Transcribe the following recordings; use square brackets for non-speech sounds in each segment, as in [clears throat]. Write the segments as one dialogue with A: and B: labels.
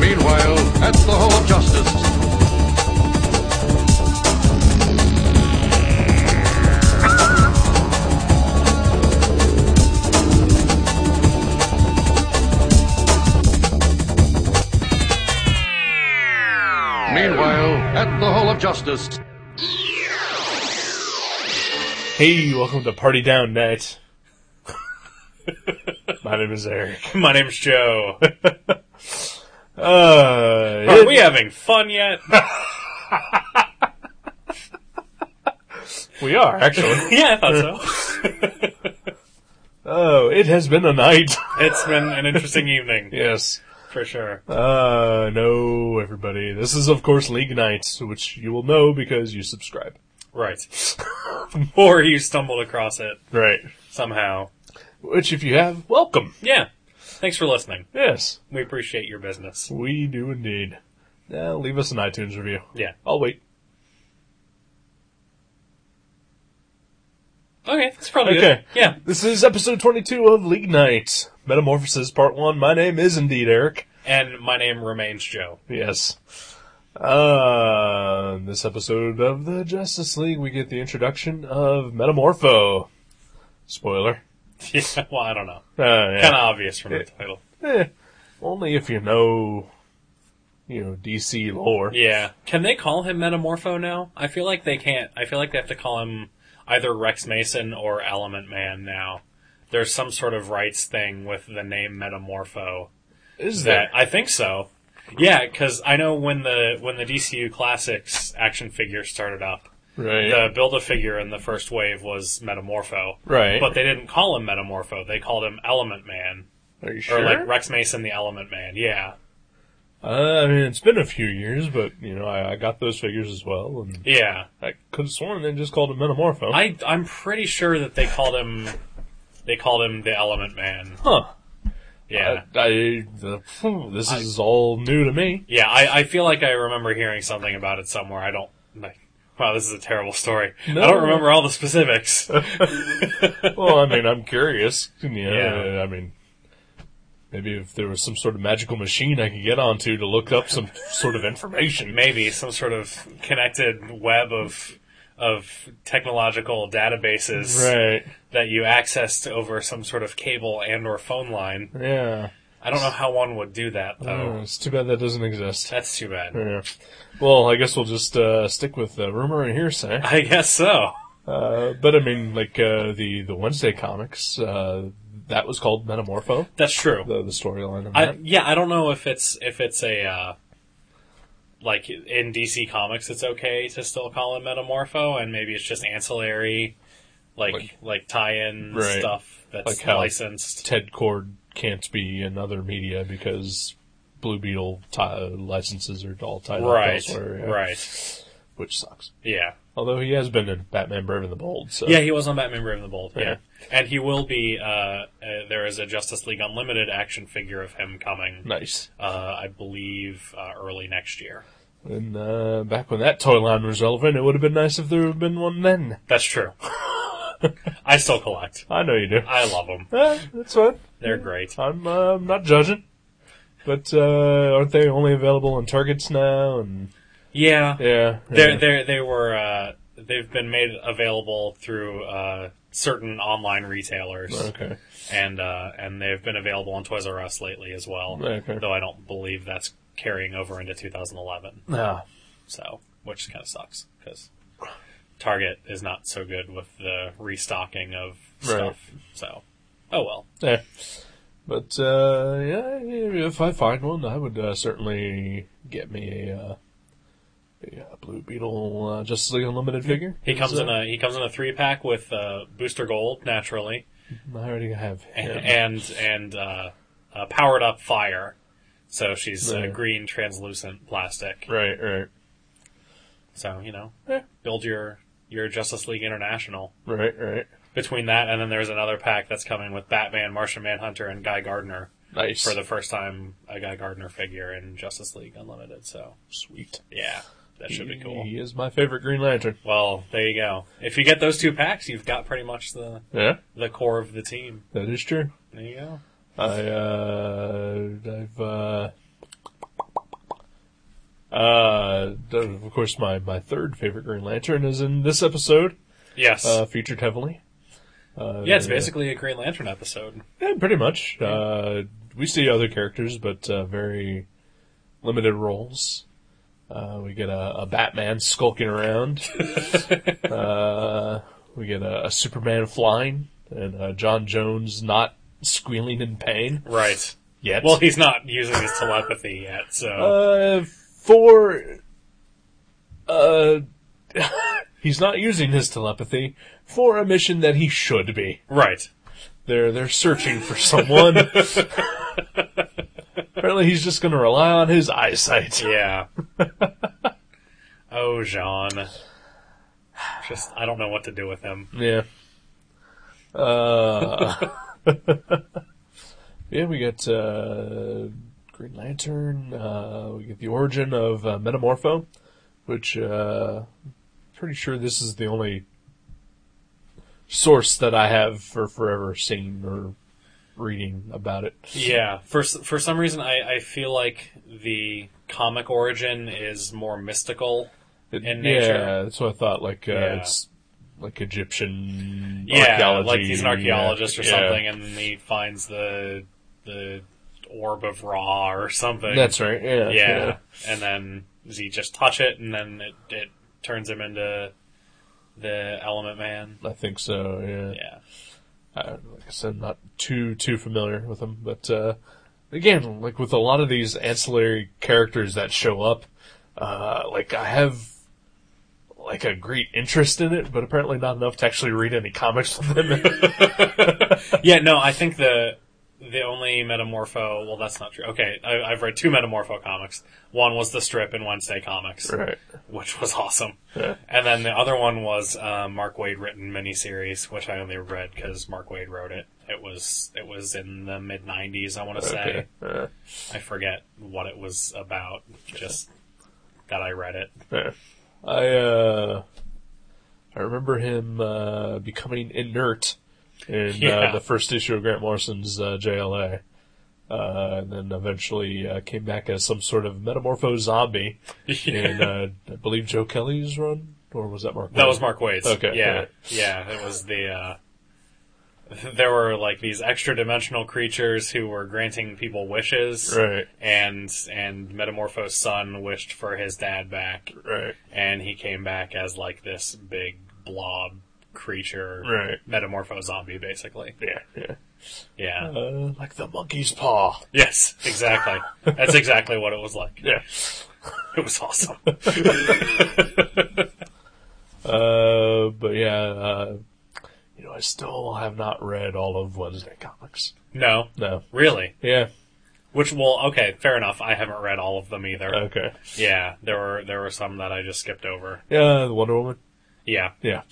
A: Meanwhile, at the Hall of Justice. Meanwhile, at the Hall of Justice.
B: Hey, welcome to Party Down
C: [laughs]
B: Net. My name is Eric.
C: [laughs] My name's
B: [laughs]
C: Joe.
B: Uh,
C: Are
B: it-
C: we having fun yet?
B: [laughs] we are,
C: [laughs]
B: actually.
C: yeah, I thought so.
B: oh, it has been a
C: [laughs]
B: night.
C: It's been an [laughs] interesting evening,
B: yes.
C: for sure.
B: Uh, no, everybody. This is, of course, League Night, which you will know because you subscribe.
C: Right. [laughs] or you stumbled across it
B: Right.
C: somehow.
B: Which, if you have, welcome.
C: Yeah. Thanks for listening.
B: Yes,
C: We appreciate your business.
B: we do indeed. Now, leave us an iTunes review.
C: Yeah.
B: I'll wait.
C: Okay, that's probably
B: Okay.
C: good. Yeah.
B: This is episode 22 of League Night, Metamorphosis Part 1. My name is indeed Eric.
C: And my name remains Joe. [laughs]
B: Yes. Uh, in this episode of the Justice League, we get the introduction of Metamorpho. Spoiler.
C: Yeah, well, I don't know.
B: Uh, yeah.
C: Kind of obvious from the
B: Yeah.
C: title.
B: Eh, only if you know, you know, DC lore.
C: Yeah. Can they call him Metamorpho now? I feel like they can't. I feel like they have to call him either Rex Mason or Element Man now. There's some sort of rights thing with the name Metamorpho.
B: Is
C: that
B: that?
C: I think so. Yeah, because I know when the when the DCU Classics action figure started up,
B: Right.
C: the build a figure in the first wave was Metamorpho,
B: right.
C: but they didn't call him Metamorpho. They called him Element Man
B: Are you
C: or
B: sure?
C: like Rex Mason the Element Man. Yeah,
B: uh, I mean, it's been a few years, but, you know, I, I got those figures as well, and
C: yeah.
B: I could have sworn they just called him Metamorpho.
C: I I'm pretty sure that they called him they called him the Element Man.
B: huh.
C: Yeah.
B: I, I- [laughs] the- phew, this is all new to
C: [laughs]
B: me.
C: yeah, I, I feel like I remember hearing something about it somewhere. I don't like wow, this is a terrible story.
B: No.
C: I don't remember all the specifics.
B: well, I mean, I'm curious. Yeah,
C: Yeah.
B: I mean, maybe if there was some sort of magical machine I could get onto to look up some sort of information.
C: maybe some sort of connected web of of technological databases
B: Right.
C: that you accessed over some sort of cable and or phone line.
B: Yeah.
C: I don't know how one would do that though.
B: Oh, it's too bad that doesn't exist.
C: That's too bad.
B: Yeah. Well, I guess we'll just uh, stick with uh, rumor and hearsay.
C: I guess so.
B: Uh, but I mean, like uh, the the Wednesday comics, uh, that was called Metamorpho.
C: That's true.
B: The, the storyline of
C: I,
B: that.
C: yeah, I don't know if it's if it's a uh, like in DC Comics, it's okay to still call him Metamorpho, and maybe it's just ancillary, like like,
B: Like-
C: tie-in
B: Right.
C: stuff that's
B: Like how-
C: licensed.
B: Ted Cord can't be in other media because Blue Beetle ti licenses are all tied up
C: Right,
B: elsewhere. yeah.
C: right,
B: which sucks.
C: yeah.
B: Although he has been in Batman Brave and the Bold, so
C: Yeah, he was on Batman Brave and the Bold. Yeah.
B: Yeah.
C: And he will be, uh, uh, there is a Justice League Unlimited action figure of him coming,
B: nice.
C: uh, I believe, uh, early next year.
B: And uh, back when that toy line was relevant, it would have been nice if there had been one then. [laughs]
C: That's true. I still collect.
B: I know you do.
C: I love them.
B: Eh, that's fine.
C: They're great.
B: I'm uh, I'm not judging. But uh, aren't they only available in Targets now? And
C: Yeah.
B: yeah,
C: They're,
B: yeah.
C: they're, they were, uh, they've been made available through, uh, certain online retailers.
B: okay.
C: And, uh, and they've been available on Toys R Us lately as well.
B: Okay.
C: Though I don't believe that's carrying over into 2011.
B: Ah,
C: So, which kind of sucks because Target is not so good with the restocking of
B: Right.
C: stuff. So, oh well.
B: yeah. Eh. But uh, yeah, if I find one, I would uh, certainly get me a, uh, a uh, Blue Beetle uh, Justice League Unlimited figure.
C: He comes
B: So-
C: in a he comes in a three pack with uh, Booster Gold naturally,
B: I already have
C: and
B: him.
C: and, and uh, uh, powered up Fire. So she's uh,
B: Yeah.
C: green translucent plastic.
B: right, right,
C: So you know,
B: Yeah.
C: build your your Justice League International.
B: right, right.
C: Between that and then there's another pack that's coming with Batman, Martian Manhunter, and Guy Gardner.
B: Nice.
C: for the first time a Guy Gardner figure in Justice League Unlimited. So
B: Sweet.
C: yeah, that should be cool.
B: He is my favorite Green Lantern.
C: Well, there you go. If you get those two packs, you've got pretty much the
B: Yeah,
C: the core of the team.
B: that is true.
C: There you go.
B: I, uh, I've, uh, uh, of course, my, my third favorite Green Lantern is in this episode,
C: Yes.
B: uh, featured heavily. Uh,
C: yeah, it's basically a Green Lantern episode.
B: Yeah, pretty much. Uh, we see other characters, but uh, very limited roles. Uh, we get a, a Batman skulking around. uh, we get a, a Superman flying, and uh, John Jones not squealing in pain
C: Right.
B: yet.
C: Well, he's not using his telepathy yet, so
B: uh, for uh, [laughs] he's not using his telepathy for a mission that he should be.
C: right.
B: They're they're searching for someone. Apparently, he's just going to rely on his eyesight.
C: Yeah. oh, Jean. Just I don't know what to do with him.
B: Yeah. Uh, [laughs] yeah, we get uh, Green Lantern. Uh, we get the origin of uh, Metamorpho, which uh, pretty sure this is the only source that I have for forever seen or reading about it.
C: Yeah. For s- for some reason, I I feel like the comic origin is more mystical.
B: It-
C: in
B: Yeah,
C: nature.
B: that's what I thought. Like uh,
C: Yeah.
B: it's like Egyptian
C: Yeah,
B: archaeology.
C: like he's an archaeologist or
B: yeah.
C: something, and he finds the the orb of Ra or something.
B: That's right. Yeah,
C: yeah. and then does he just touch it, and then it, it turns him into the Element Man?
B: I think so. Yeah.
C: Yeah,
B: I, like I said, not too too familiar with them, but uh, again, like with a lot of these ancillary characters that show up, uh, like I have like a great interest in it, but apparently not enough to actually read any comics with
C: [laughs]
B: them.
C: yeah. No, I think the the only Metamorpho. Well, that's not true. Okay, I, I've read two Metamorpho comics. One was the strip in Wednesday Comics,
B: right.
C: which was awesome.
B: Yeah.
C: And then the other one was uh, Mark Wade written miniseries, which I only read because Mark Wade wrote it. It was it was in the mid '90s, I want to
B: [laughs] Okay.
C: say.
B: Uh,
C: I forget what it was about. Just that I read
B: [laughs]
C: it.
B: Yeah. I uh, I remember him uh, becoming inert in uh,
C: Yeah.
B: the first issue of Grant Morrison's uh, JLA, uh, and then eventually uh, came back as some sort of metamorpho zombie in uh,
C: [laughs]
B: I believe Joe Kelly's run, or was that Mark?
C: That
B: Waid?
C: was Mark Wade's.
B: Okay,
C: Yeah. Yeah. It was the, uh, there were like these extra dimensional creatures who were granting people wishes.
B: Right,
C: And, and Metamorpho's son wished for his dad back.
B: right,
C: And he came back as like this big blob creature.
B: right.
C: Metamorpho zombie, basically.
B: Yeah, yeah.
C: Yeah.
B: Uh, like the monkey's paw.
C: yes, exactly. That's exactly what it was like. [laughs]
B: Yeah.
C: It was awesome.
B: Uh, but yeah, uh, you know, I still have not read all of Wednesday comics.
C: No,
B: No.
C: really.
B: Yeah.
C: Which, well, okay, fair enough. I haven't read all of them either.
B: Okay.
C: Yeah, there were there were some that I just skipped over.
B: Yeah, the Wonder Woman.
C: Yeah,
B: Yeah.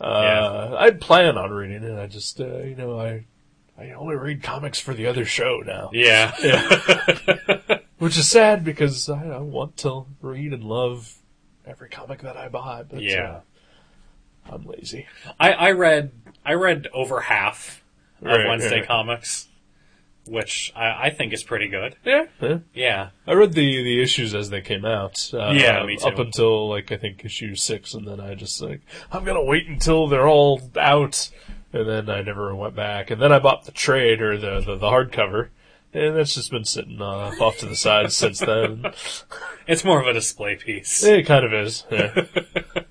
B: Uh, I'd plan on reading it. I just, uh, you know, I, I only read comics for the other show now,
C: yeah,
B: which is sad because I, I want to read and love every comic that I buy, but
C: Yeah.
B: uh, I'm lazy.
C: I, I read I read over half of
B: Right,
C: Wednesday
B: right.
C: comics, which I, I think is pretty good.
B: Yeah.
C: Yeah,
B: I read the, the issues as they came out. Uh,
C: Yeah, me too.
B: Up until like I think issue six, and then I just like I'm gonna wait until they're all out, and then I never went back. And then I bought the trade or the the, the hardcover, and that's just been sitting uh, off to the side
C: [laughs]
B: since then.
C: it's more of a display piece.
B: It kind of is.
C: [laughs]
B: yeah.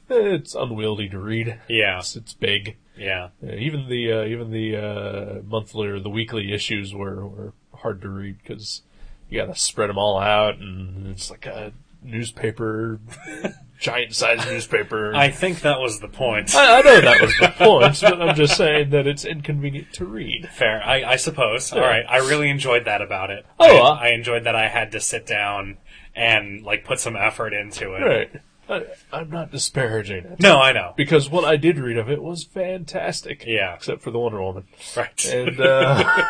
B: it's unwieldy to read.
C: Yeah,
B: It's, it's big.
C: yeah,
B: Yeah, even the uh, even the uh, monthly or the weekly issues were, were hard to read because you got to spread them all out, and it's like a newspaper, [laughs] giant sized newspaper.
C: [laughs] I think that was the point.
B: I, I know that was the point, but I'm just saying that it's inconvenient to read.
C: Fair, I, I suppose. All right, I really enjoyed that about it.
B: Oh,
C: I,
B: uh.
C: I enjoyed that I had to sit down and like put some effort into it.
B: Right? I, I'm not disparaging it
C: No, I know.
B: because what I did read of it was fantastic.
C: Yeah.
B: [laughs] except for the Wonder Woman.
C: Right.
B: and uh,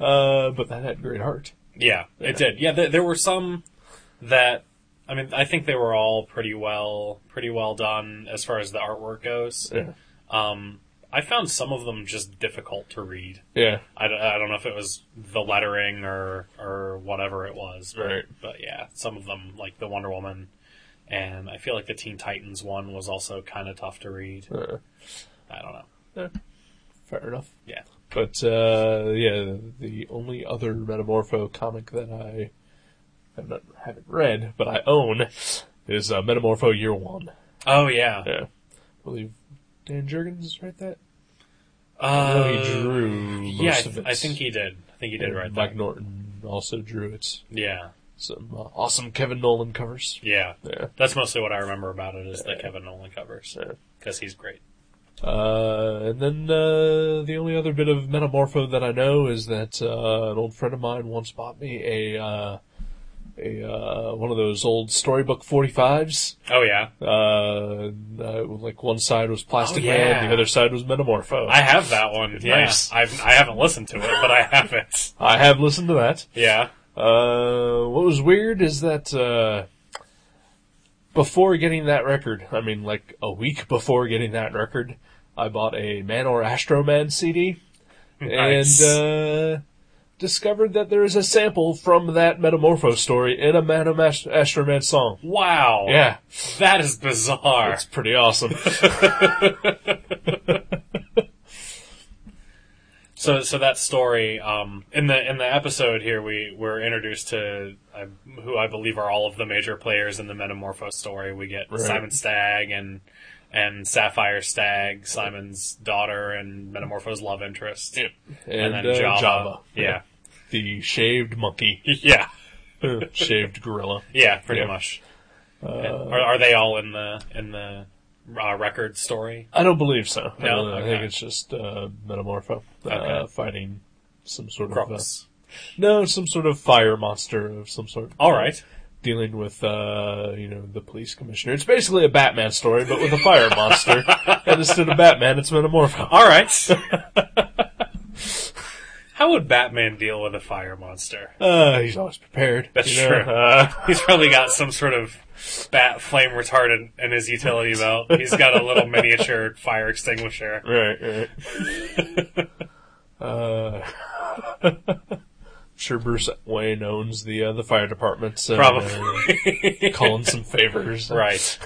B: Uh, but that had great heart.
C: [laughs] Yeah, it did. Yeah, th- there were some that I mean, I think they were all pretty well, pretty well done as far as the artwork goes.
B: Yeah.
C: Um, I found some of them just difficult to read.
B: Yeah.
C: I, d- I don't know if it was the lettering or or whatever it was, but,
B: Right.
C: but yeah, some of them like the Wonder Woman, and I feel like the Teen Titans one was also kind of tough to read.
B: Uh,
C: I don't know.
B: fair enough.
C: Yeah.
B: But uh, yeah, the only other Metamorpho comic that I have not, haven't read, but I own, is uh, Metamorpho Year One.
C: Oh yeah.
B: Yeah, I believe Dan Jurgens wrote that. I know
C: Uh,
B: he drew most
C: yeah, I,
B: of it.
C: I think he did. I think he did
B: And
C: right
B: Mike
C: that.
B: Norton also drew it.
C: Yeah.
B: Some uh, awesome Kevin Nolan covers.
C: Yeah.
B: Yeah.
C: That's mostly what I remember about it is the Kevin Nolan covers
B: Yeah.
C: because he's great.
B: Uh, and then uh, the only other bit of metamorpho that I know is that uh, an old friend of mine once bought me a uh, a uh, one of those old storybook forty fives.
C: Oh yeah,
B: Uh, uh, like one side was Plastic
C: Oh, yeah.
B: Man, the other side was Metamorpho.
C: I have that one. Yeah,
B: Nice.
C: I've I haven't listened to it, but I have it.
B: I have listened to that.
C: Yeah.
B: Uh, what was weird is that uh, before getting that record, I mean, like a week before getting that record, I bought a Man or Astro Man CD
C: Nice.
B: and uh, discovered that there is a sample from that Metamorpho story in a Man or Mas- Astro Man song.
C: Wow.
B: Yeah,
C: That is bizarre.
B: it's pretty
C: [laughs]
B: awesome.
C: So so that story um, in the in the episode here we we're introduced to uh, who I believe are all of the major players in the Metamorpho story. We get
B: Right.
C: Simon Stagg and and Sapphire Stagg, Simon's daughter and Metamorpho's love interest.
B: And,
C: And, then
B: uh,
C: Java.
B: Java.
C: Yeah.
B: The shaved
C: [laughs]
B: monkey,
C: Yeah.
B: shaved gorilla.
C: Yeah, pretty
B: Yeah.
C: much. are, are they all in the in the uh, record story?
B: I don't believe so. I,
C: No?
B: don't- I think
C: Okay.
B: it's just uh, Metamorpho uh,
C: Okay.
B: fighting some sort of uh,
C: Crocus.
B: no, some sort of fire monster of some sort.
C: All right.
B: dealing with uh, you know the police commissioner. It's basically a Batman story, but with a fire
C: [laughs]
B: monster. and instead of Batman, it's Metamorpho.
C: All right. [laughs] How would Batman deal with a fire monster?
B: Uh, he's always prepared.
C: That's
B: you know?
C: true. [laughs]
B: Uh,
C: He's probably got some sort of bat flame retardant in his utility belt. He's got a little miniature fire extinguisher.
B: right, right. [laughs] uh, [laughs] sure, Bruce Wayne owns the uh, the fire department. So, uh,
C: Probably.
B: calling some favors. [laughs]
C: [laughs] right.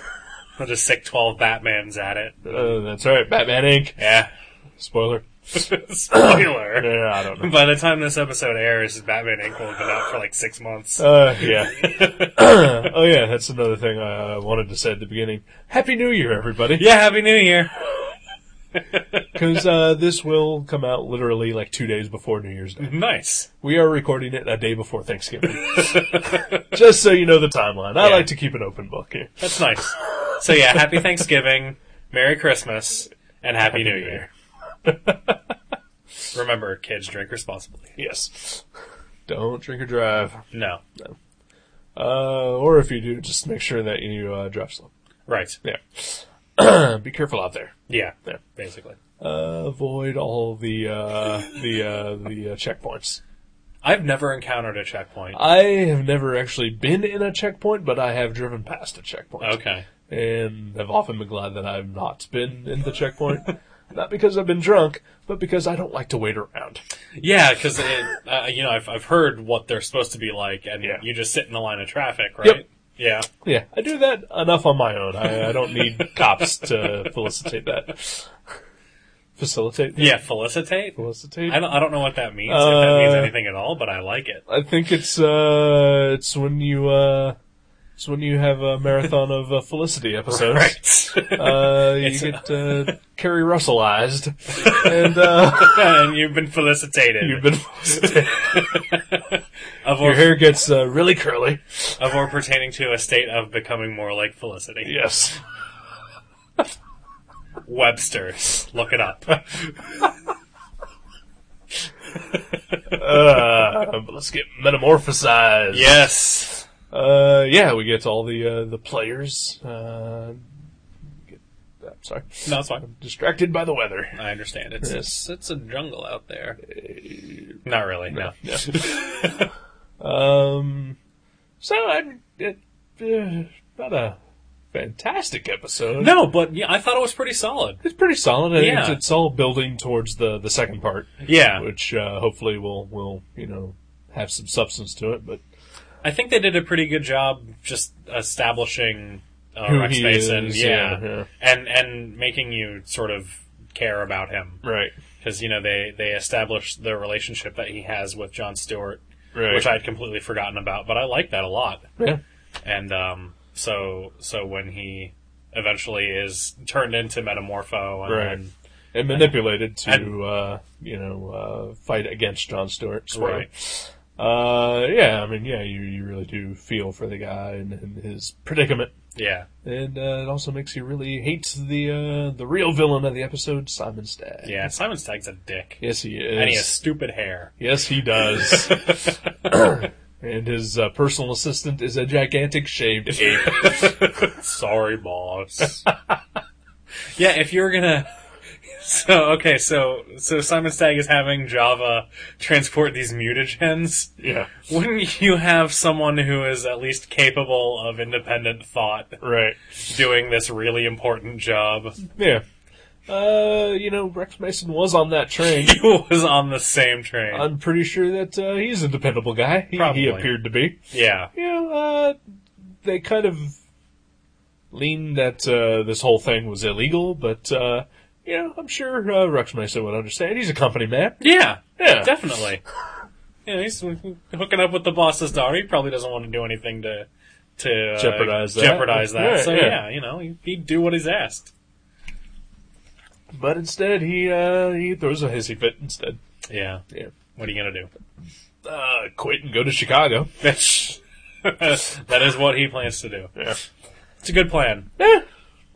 C: I'll just stick 12 Batmans at it.
B: Uh, that's right. Batman Inc.
C: Yeah.
B: Spoiler.
C: Spoiler.
B: Yeah, I
C: [laughs]
B: don't know.
C: By the time this episode airs, Batman Inc. will have been out for like six months.
B: Uh, yeah. [clears throat] oh yeah, that's another thing I, I wanted to say at the beginning. Happy New Year, everybody.
C: yeah, Happy New Year.
B: Because uh, this will come out literally like two days before New Year's Day.
C: Nice.
B: We are recording it a day before
C: [laughs]
B: Thanksgiving. Just so you know the timeline. I
C: Yeah.
B: like to keep an open book here.
C: That's nice. So yeah, Happy Thanksgiving, Merry Christmas, and Happy, New Year. Remember, kids, drink responsibly.
B: Yes. Don't drink or drive.
C: No.
B: Uh, or if you do, just make sure that you uh, drive slow.
C: Right.
B: Yeah. Be careful out there. [clears throat]
C: Yeah.
B: Yeah.
C: Basically.
B: Uh, avoid all the uh, the uh, the uh, checkpoints.
C: I've never encountered a checkpoint.
B: I have never actually been in a checkpoint, but I have driven past a checkpoint.
C: Okay.
B: and have often been glad that I've not been in the checkpoint. [laughs] not because I've been drunk, but because I don't like to wait around.
C: Yeah, because uh, you know I've I've heard what they're supposed to be like, and
B: Yeah.
C: you just sit in the line of traffic, right?
B: Yep.
C: Yeah.
B: Yeah, I do that enough on my own. I, I don't
C: [laughs]
B: need cops to felicitate that. Facilitate? that?
C: Yeah. Felicitate.
B: Felicitate?
C: I don't I don't know what that means. if that means
B: Uh,
C: anything at all, but I like it.
B: I think it's, uh, it's when you, uh, it's when you have a marathon of uh, Felicity episodes.
C: [laughs] Right.
B: Uh, you
C: It's-
B: get, uh, Carrie [laughs] Russellized. And, uh,
C: and you've been felicitated.
B: you've been [laughs] felicitated.
C: of
B: Your
C: or,
B: hair gets, uh, really curly.
C: of or pertaining to a state of becoming more like Felicity.
B: Yes.
C: Webster's. Look it up.
B: Uh, but let's get metamorphosized.
C: yes.
B: Uh, yeah, we get all the uh, the players. Uh, get, I'm sorry.
C: No, it's fine.
B: Distracted by the weather.
C: I understand. It's
B: Yes.
C: it's, it's a jungle out there. Not really. No.
B: [laughs] Um, so I, it, uh, not a fantastic episode.
C: No, but yeah, I thought it was pretty solid.
B: it's pretty solid. I think
C: Yeah.
B: it's, it's all building towards the the second part,
C: Yeah,
B: which uh, hopefully will will you know have some substance to it. But
C: I think they did a pretty good job just establishing uh,
B: Who
C: Rex
B: he
C: Mason.
B: is,
C: yeah.
B: yeah, yeah.
C: and and making you sort of care about him
B: right,
C: because you know they they established the relationship that he has with John Stewart,
B: right,
C: which I had completely forgotten about. But I like that a lot.
B: yeah,
C: and um, so so when he eventually is turned into Metamorpho, and
B: Right.
C: then,
B: and manipulated to
C: and-
B: uh, you know uh, fight against John Stewart. So,
C: right,
B: Uh, yeah, I mean, yeah, you you really do feel for the guy and, and his predicament.
C: yeah,
B: And uh, it also makes you really hate the uh, the real villain of the episode, Simon Stagg.
C: yeah. Simon Stagg's a dick,
B: Yes, he is.
C: and he has stupid hair.
B: Yes, he does.
C: [laughs]
B: and his uh, personal assistant is a gigantic shaved ape.
C: Sorry, boss. [laughs] yeah, if you were gonna. So okay, so so Simon Stagg is having Java transport these mutagens. [laughs]
B: yeah,
C: Wouldn't you have someone who is at least capable of independent thought
B: right.
C: doing this really important job? [laughs]
B: Yeah. Uh, you know, Rex Mason was on that [laughs] train.
C: He was on the same train.
B: I'm pretty sure that uh, he's a dependable guy. He, he
C: Probably.
B: appeared to be.
C: yeah.
B: You know, uh, they kind of leaned that uh, this whole thing was illegal, but uh, you know, I'm sure uh, Rex Mason would understand. He's a company man.
C: Yeah,
B: Yeah.
C: definitely. yeah, he's hooking up with the boss's daughter. He probably doesn't want to do anything to to uh,
B: Jeopardize that.
C: Jeopardize that.
B: Yeah,
C: so
B: yeah.
C: yeah. you know, he- he'd do what he's asked.
B: But instead, he uh, he throws a hissy fit instead.
C: Yeah.
B: Yeah.
C: What are you gonna do?
B: Uh, quit and go to Chicago.
C: That's [laughs] that is what he plans to do.
B: Yeah.
C: It's a good plan.
B: Eh,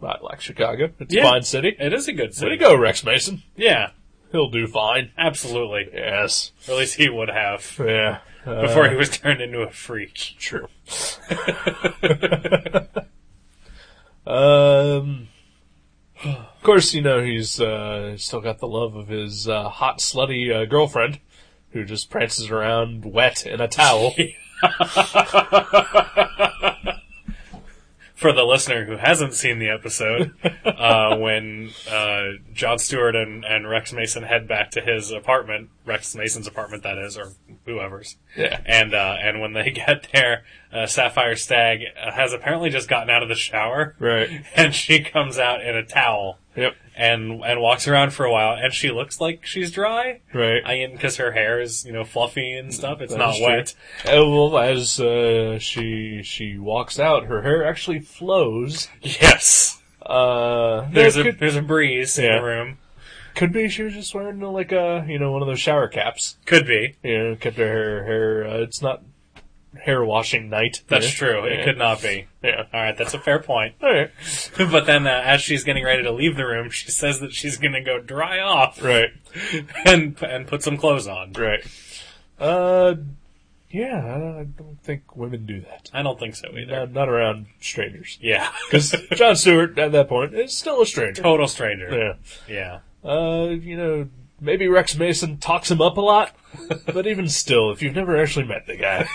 B: I like Chicago. It's
C: Yeah.
B: a fine city.
C: It is a good
B: Way to
C: city.
B: go, Rex Mason.
C: Yeah,
B: He'll do fine.
C: absolutely.
B: Yes.
C: Or at least he would have
B: Yeah. Uh,
C: before he was turned into a freak.
B: True. [laughs] um, of course, you know he's uh, still got the love of his uh, hot, slutty uh, girlfriend, who just prances around wet in a
C: [laughs]
B: towel.
C: for the listener who hasn't seen
B: [laughs]
C: the episode, uh, when uh, John Stewart and, and Rex Mason head back to his apartment, Rex Mason's apartment, that is, or whoever's,
B: yeah.
C: and uh, and when they [laughs] get there, uh, Sapphire Stag uh, has apparently just gotten out of the shower,
B: Right.
C: and she comes out in a towel
B: Yep.
C: and and walks around for a while, and she looks like she's dry.
B: Right.
C: I mean, because her hair is you know fluffy and stuff, it's
B: That
C: not
B: is true.
C: wet.
B: Uh, well, as uh, she she walks out, her hair actually flows. [laughs]
C: Yes,
B: Uh,
C: there's
B: no,
C: a
B: could,
C: there's a breeze
B: Yeah.
C: in the room.
B: could be she was just wearing uh, like a you know one of those shower caps.
C: Could be.
B: You know, kept her hair hair. Uh, it's not hair washing night.
C: That's
B: Yeah.
C: true. It
B: Yeah.
C: could not be.
B: Yeah.
C: All right, that's a fair point. [laughs]
B: All right.
C: but then, uh, as she's getting ready to leave the room, she says that she's going to go dry off
B: Right.
C: [laughs] and and put some clothes on.
B: Right. Uh, yeah. I don't think women do that. Uh,
C: I don't think so either.
B: Not, not around strangers. [laughs]
C: yeah, [laughs]
B: Because John Stewart at that point is still a stranger.
C: total stranger.
B: Yeah.
C: Yeah,
B: Uh, you know, maybe Rex Mason talks him up a
C: [laughs]
B: lot, but even still, if you've never actually met the guy,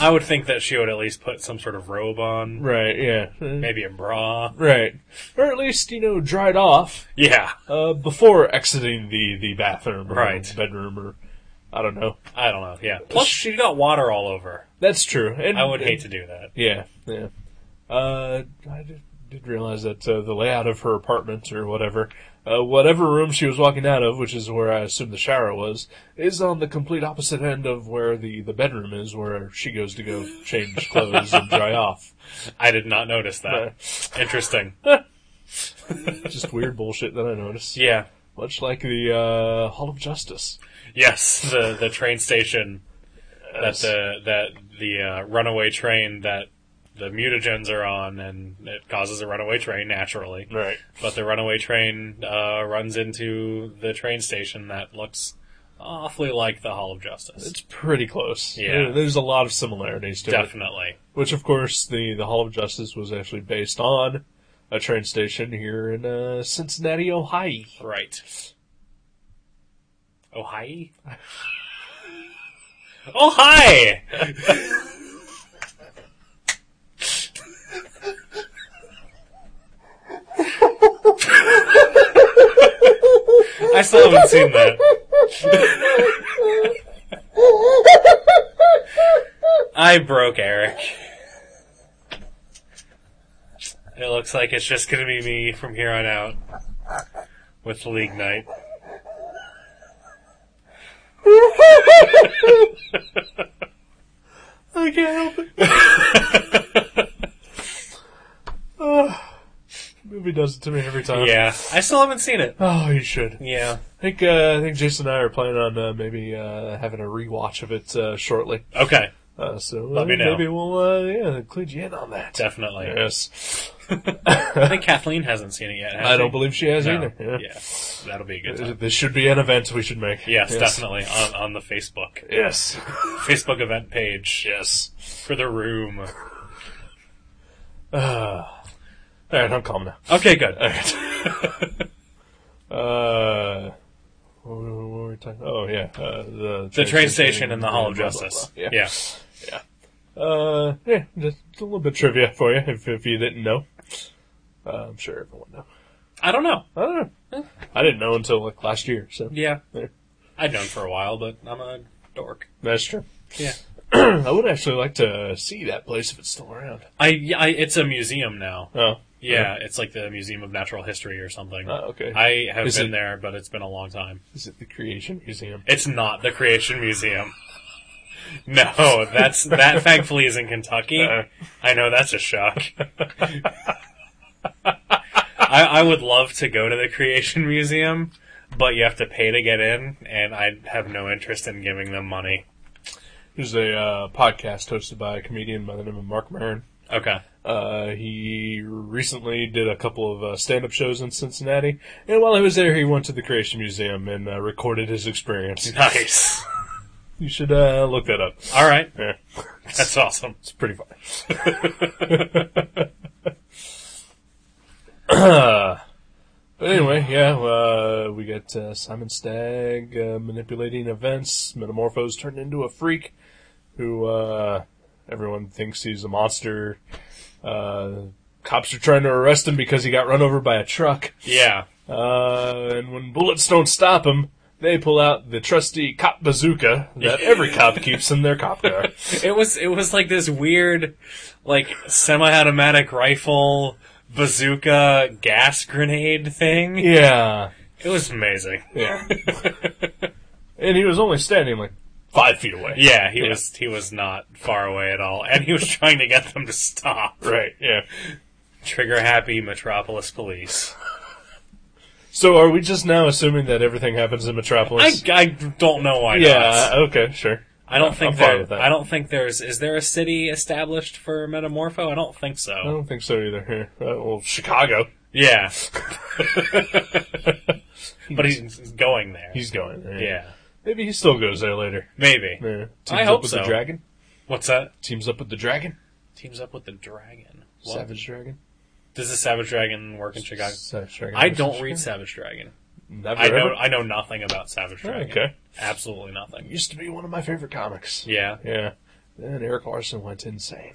C: I would think that she would at least put some sort of robe on,
B: right? Yeah, Uh,
C: maybe a bra.
B: right, or at least you know dried off
C: Yeah,
B: uh, before exiting the the bathroom, or
C: Right.
B: bedroom, or I don't know.
C: I don't know. Yeah. Plus, she got water all over.
B: That's true. And
C: I would hate to do that.
B: Yeah, yeah. Uh, I did, did realize that uh, the layout of her apartment or whatever, uh, whatever room she was walking out of, which is where I assume the shower was, is on the complete opposite end of where the, the bedroom is, where she goes to go
C: [laughs]
B: change clothes and dry off.
C: I did not notice that. Interesting. [laughs]
B: Just weird bullshit that I noticed.
C: Yeah.
B: Much like the uh, Hall of Justice.
C: Yes, the the train station that uh, the that the uh, runaway train that the mutagens are on, and it causes a runaway train naturally.
B: Right.
C: But the runaway train uh, runs into the train station that looks awfully like the Hall of Justice.
B: It's pretty close.
C: Yeah.
B: There- There's a lot of similarities to it.
C: Definitely.
B: which of course the the Hall of Justice was actually based on a train station here in uh, Cincinnati, Ohio.
C: Right. Ohio. oh hi! I still haven't seen that. I broke Eric. It looks like it's just gonna be me from here on out with League Night.
B: [laughs] I can't help it. [laughs] movie does it to me every time.
C: Yeah, I still haven't seen it.
B: Oh, you should.
C: Yeah.
B: I think uh, I think Jason and I are planning on uh, maybe uh, having a rewatch of it uh, shortly.
C: Okay.
B: Uh, so uh,
C: Let me know.
B: maybe we'll uh, yeah include you in on that.
C: Definitely.
B: [laughs] Yes.
C: I think Kathleen hasn't seen it yet. Has
B: I
C: she?
B: don't believe she has
C: No.
B: either. Yeah.
C: Yeah. That'll be a good
B: Uh,
C: time.
B: This should be an event we should make.
C: Yes, definitely on on the Facebook
B: Yes.
C: Facebook event page
B: yes.
C: for the room.
B: All right, I'm calm now.
C: Okay, good.
B: Uh, what were what were we talking? Oh yeah, uh, the
C: The train station and the Hall of
B: blah, blah, blah.
C: Justice.
B: Yeah.
C: Yeah.
B: Uh, yeah, just a little bit of trivia for you if, if you didn't know. Uh, I'm sure everyone knows.
C: I don't know.
B: I don't know. I didn't know until like last year, so
C: Yeah.
B: Yeah.
C: I'd known for a while, but I'm a dork.
B: that's true. [clears throat]
C: Yeah.
B: I would actually like to see that place if it's still around.
C: I, yeah, I it's a museum now.
B: Oh,
C: Yeah, it's like the Museum of Natural History or something.
B: Oh, okay.
C: I have
B: Is
C: been
B: it-
C: there, but it's been a long time.
B: is it the Creation Museum?
C: It's not the Creation Museum. No, that's that thankfully is in Kentucky.
B: Uh.
C: I know that's a shock. I, I would love to go to the Creation Museum, but you have to pay to get in, and I have no interest in giving them money.
B: There's a uh, podcast hosted by a comedian by the name of Mark Maron.
C: Okay.
B: Uh, he recently did a couple of uh, stand-up shows in Cincinnati, and while he was there, he went to the Creation Museum and uh, recorded his experience.
C: Nice.
B: You should uh, look that up.
C: All right.
B: Yeah,
C: That's awesome.
B: it's pretty fun. [laughs] but anyway, yeah, uh, we got uh, Simon Stagg uh, manipulating events. Metamorphose turned into a freak who uh, everyone thinks he's a monster. Uh, cops are trying to arrest him because he got run over by a truck.
C: Yeah.
B: Uh, and when bullets don't stop him, they pull out the trusty cop bazooka that every cop keeps in their cop car.
C: It was it was like this weird, like semi-automatic rifle, bazooka, gas grenade thing.
B: Yeah.
C: It was amazing.
B: Yeah. [laughs] and he was only standing like five feet away.
C: Yeah, he
B: Yeah.
C: was he was not far away at all, and he was [laughs] trying to get them to stop.
B: Right, yeah.
C: Trigger happy Metropolis police.
B: So are we just now assuming that everything happens in
C: I,
B: Metropolis?
C: I don't know why.
B: yeah,
C: not.
B: okay, sure.
C: I don't
B: I'm
C: think
B: fine
C: there.
B: with that.
C: I don't think there's. Is there a city established for Metamorpho? I don't think so.
B: I don't think so either. Yeah. Uh, well, Chicago. [laughs]
C: Yeah, but he's he's going there.
B: He's going. there.
C: yeah,
B: Maybe he still goes there later.
C: maybe.
B: Yeah. Teams
C: I
B: up
C: hope
B: with
C: so.
B: the dragon.
C: What's that?
B: Teams up with the dragon.
C: Teams up with the dragon. What?
B: Savage dragon.
C: Does the Savage Dragon work in Chicago?
B: Savage dragon.
C: I don't read Savage Dragon.
B: Never
C: I know.
B: ever?
C: I know nothing about Savage Dragon.
B: Okay.
C: Absolutely nothing.
B: Used to be one of my favorite comics.
C: Yeah,
B: Yeah. Then Eric Larson went insane.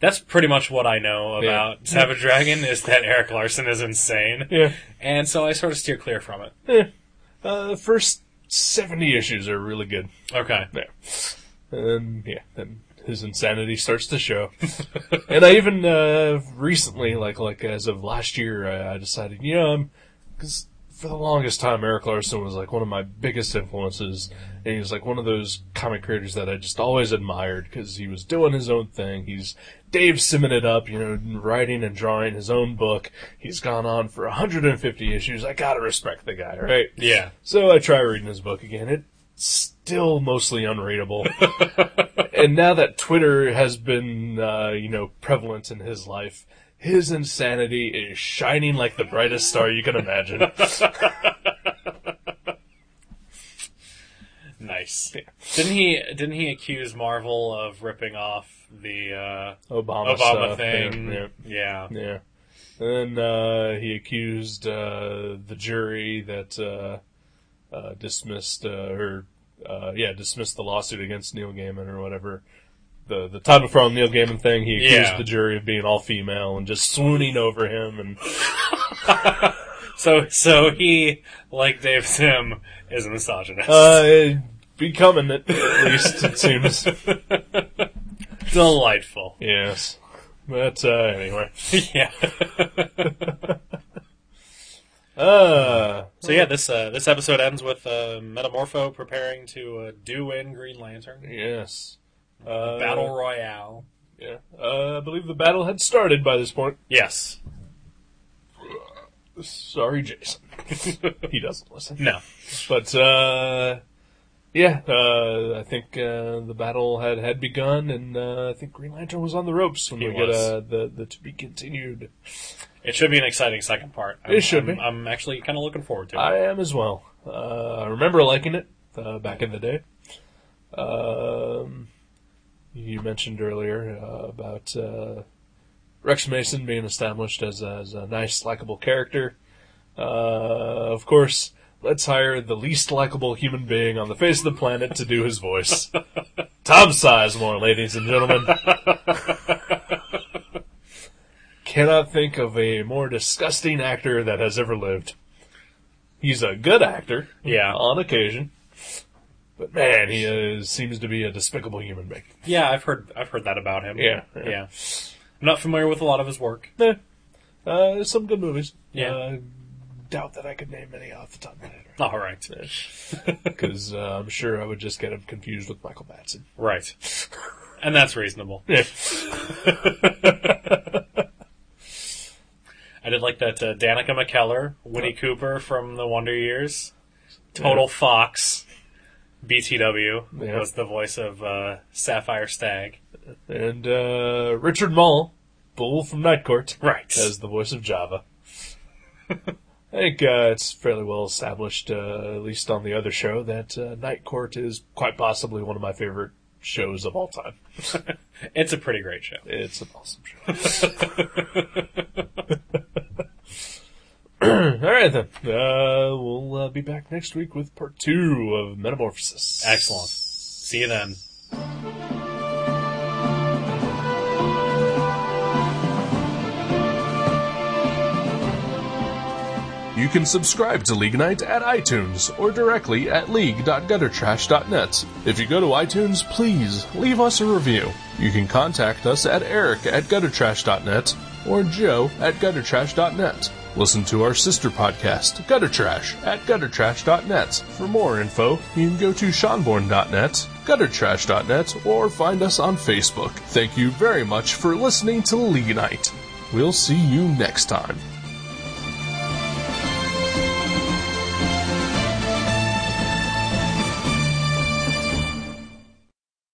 C: that's pretty much what I know
B: Yeah.
C: about Savage Dragon is that Eric Larson is insane,
B: Yeah.
C: and so I sort of steer clear from it.
B: Uh, the first 70 issues are really good.
C: Okay.
B: Yeah. And yeah, then his insanity starts to show. [laughs] and I even uh, recently, like like as of last year, I, I decided, you know, because for the longest time, Eric Larson was like one of my biggest influences, and he was like one of those comic creators that I just always admired because he was doing his own thing. He's Dave simming it up, you know, writing and drawing his own book. He's gone on for 150 issues. I gotta respect the guy, right?
C: Yeah.
B: So I try reading his book again. It's still mostly unreadable. and now that Twitter has been, uh, you know, prevalent in his life, his insanity is shining like the brightest star you can imagine.
C: Nice. Didn't he? Didn't he accuse Marvel of ripping off the uh,
B: Obama,
C: Obama
B: stuff,
C: thing?
B: Yeah.
C: Yeah.
B: yeah, yeah. And then uh, he accused uh, the jury that uh, uh, dismissed uh, or uh, yeah dismissed the lawsuit against Neil Gaiman or whatever. The the Todd McFarlane Neil Gaiman thing. He accused
C: Yeah.
B: the jury of being all female and just swooning over him and
C: So, so he, like Dave Sim, is a misogynist.
B: uh, becoming it [laughs] at least it
C: [laughs]
B: seems.
C: Delightful.
B: Yes. But uh, anyway, [laughs]
C: yeah.
B: uh,
C: So yeah, this uh, this episode ends with uh, Metamorpho preparing to uh, do in Green Lantern
B: yes, uh,
C: battle royale.
B: Yeah, uh, I believe the battle had started by this point.
C: Yes.
B: Sorry, Jason. [laughs] he doesn't listen.
C: No.
B: But uh, yeah, uh, I think uh, the battle had, had begun, and uh, I think Green Lantern was on the ropes when
C: He
B: we get
C: was.
B: uh, the the to be continued.
C: It should be an exciting second part. I'm,
B: It should
C: I'm,
B: be.
C: I'm actually kind of looking forward to it.
B: I am as well. Uh, I remember liking it uh, back in the day. Um, you mentioned earlier uh, about uh, Rex Mason being established as a, as a nice, likable character. Uh, of course, let's hire the least likable human being on the face of the planet to do his voice. Tom Sizemore, ladies and gentlemen. Cannot think of a more disgusting actor that has ever lived. He's a good actor
C: yeah.
B: on occasion, but man, he uh, seems to be a despicable human being.
C: Yeah, I've heard I've heard that about him.
B: Yeah,
C: yeah.
B: yeah.
C: I'm not familiar with a lot of his work.
B: Eh, uh, some good movies.
C: Yeah.
B: Uh, doubt that I could name any off the top of my head. [laughs]
C: All right.
B: Because uh, I'm sure I would just get him confused with Michael Batson.
C: Right. And that's reasonable.
B: Yeah.
C: I did like that uh, Danica McKellar, Winnie
B: Uh.
C: Cooper from The Wonder Years, Total Fox, BTW
B: Yeah.
C: was the voice of uh, Sapphire Stag.
B: [laughs] And uh, Richard Mall, Bull from Night Court,
C: Right.
B: as the voice of Java. [laughs] I think uh, it's fairly well established, uh, at least on the other show, that uh, Night Court is quite possibly one of my favorite shows of all time.
C: It's a pretty great show.
B: It's an awesome show. [laughs] All right then, uh, we'll uh, be back next week with part two of Metamorphosis.
C: Excellent. See you then.
B: You can subscribe to League Night at iTunes or directly at league.guttertrash.net. If you go to iTunes, please leave us a review. You can contact us at eric at guttertrash.net or joe at guttertrash.net. Listen to our sister podcast, Gutter Trash, at guttertrash.net. For more info, you can go to seanborn.net, guttertrash.net, or find us on Facebook. Thank you very much for listening to League Night. We'll see you next time.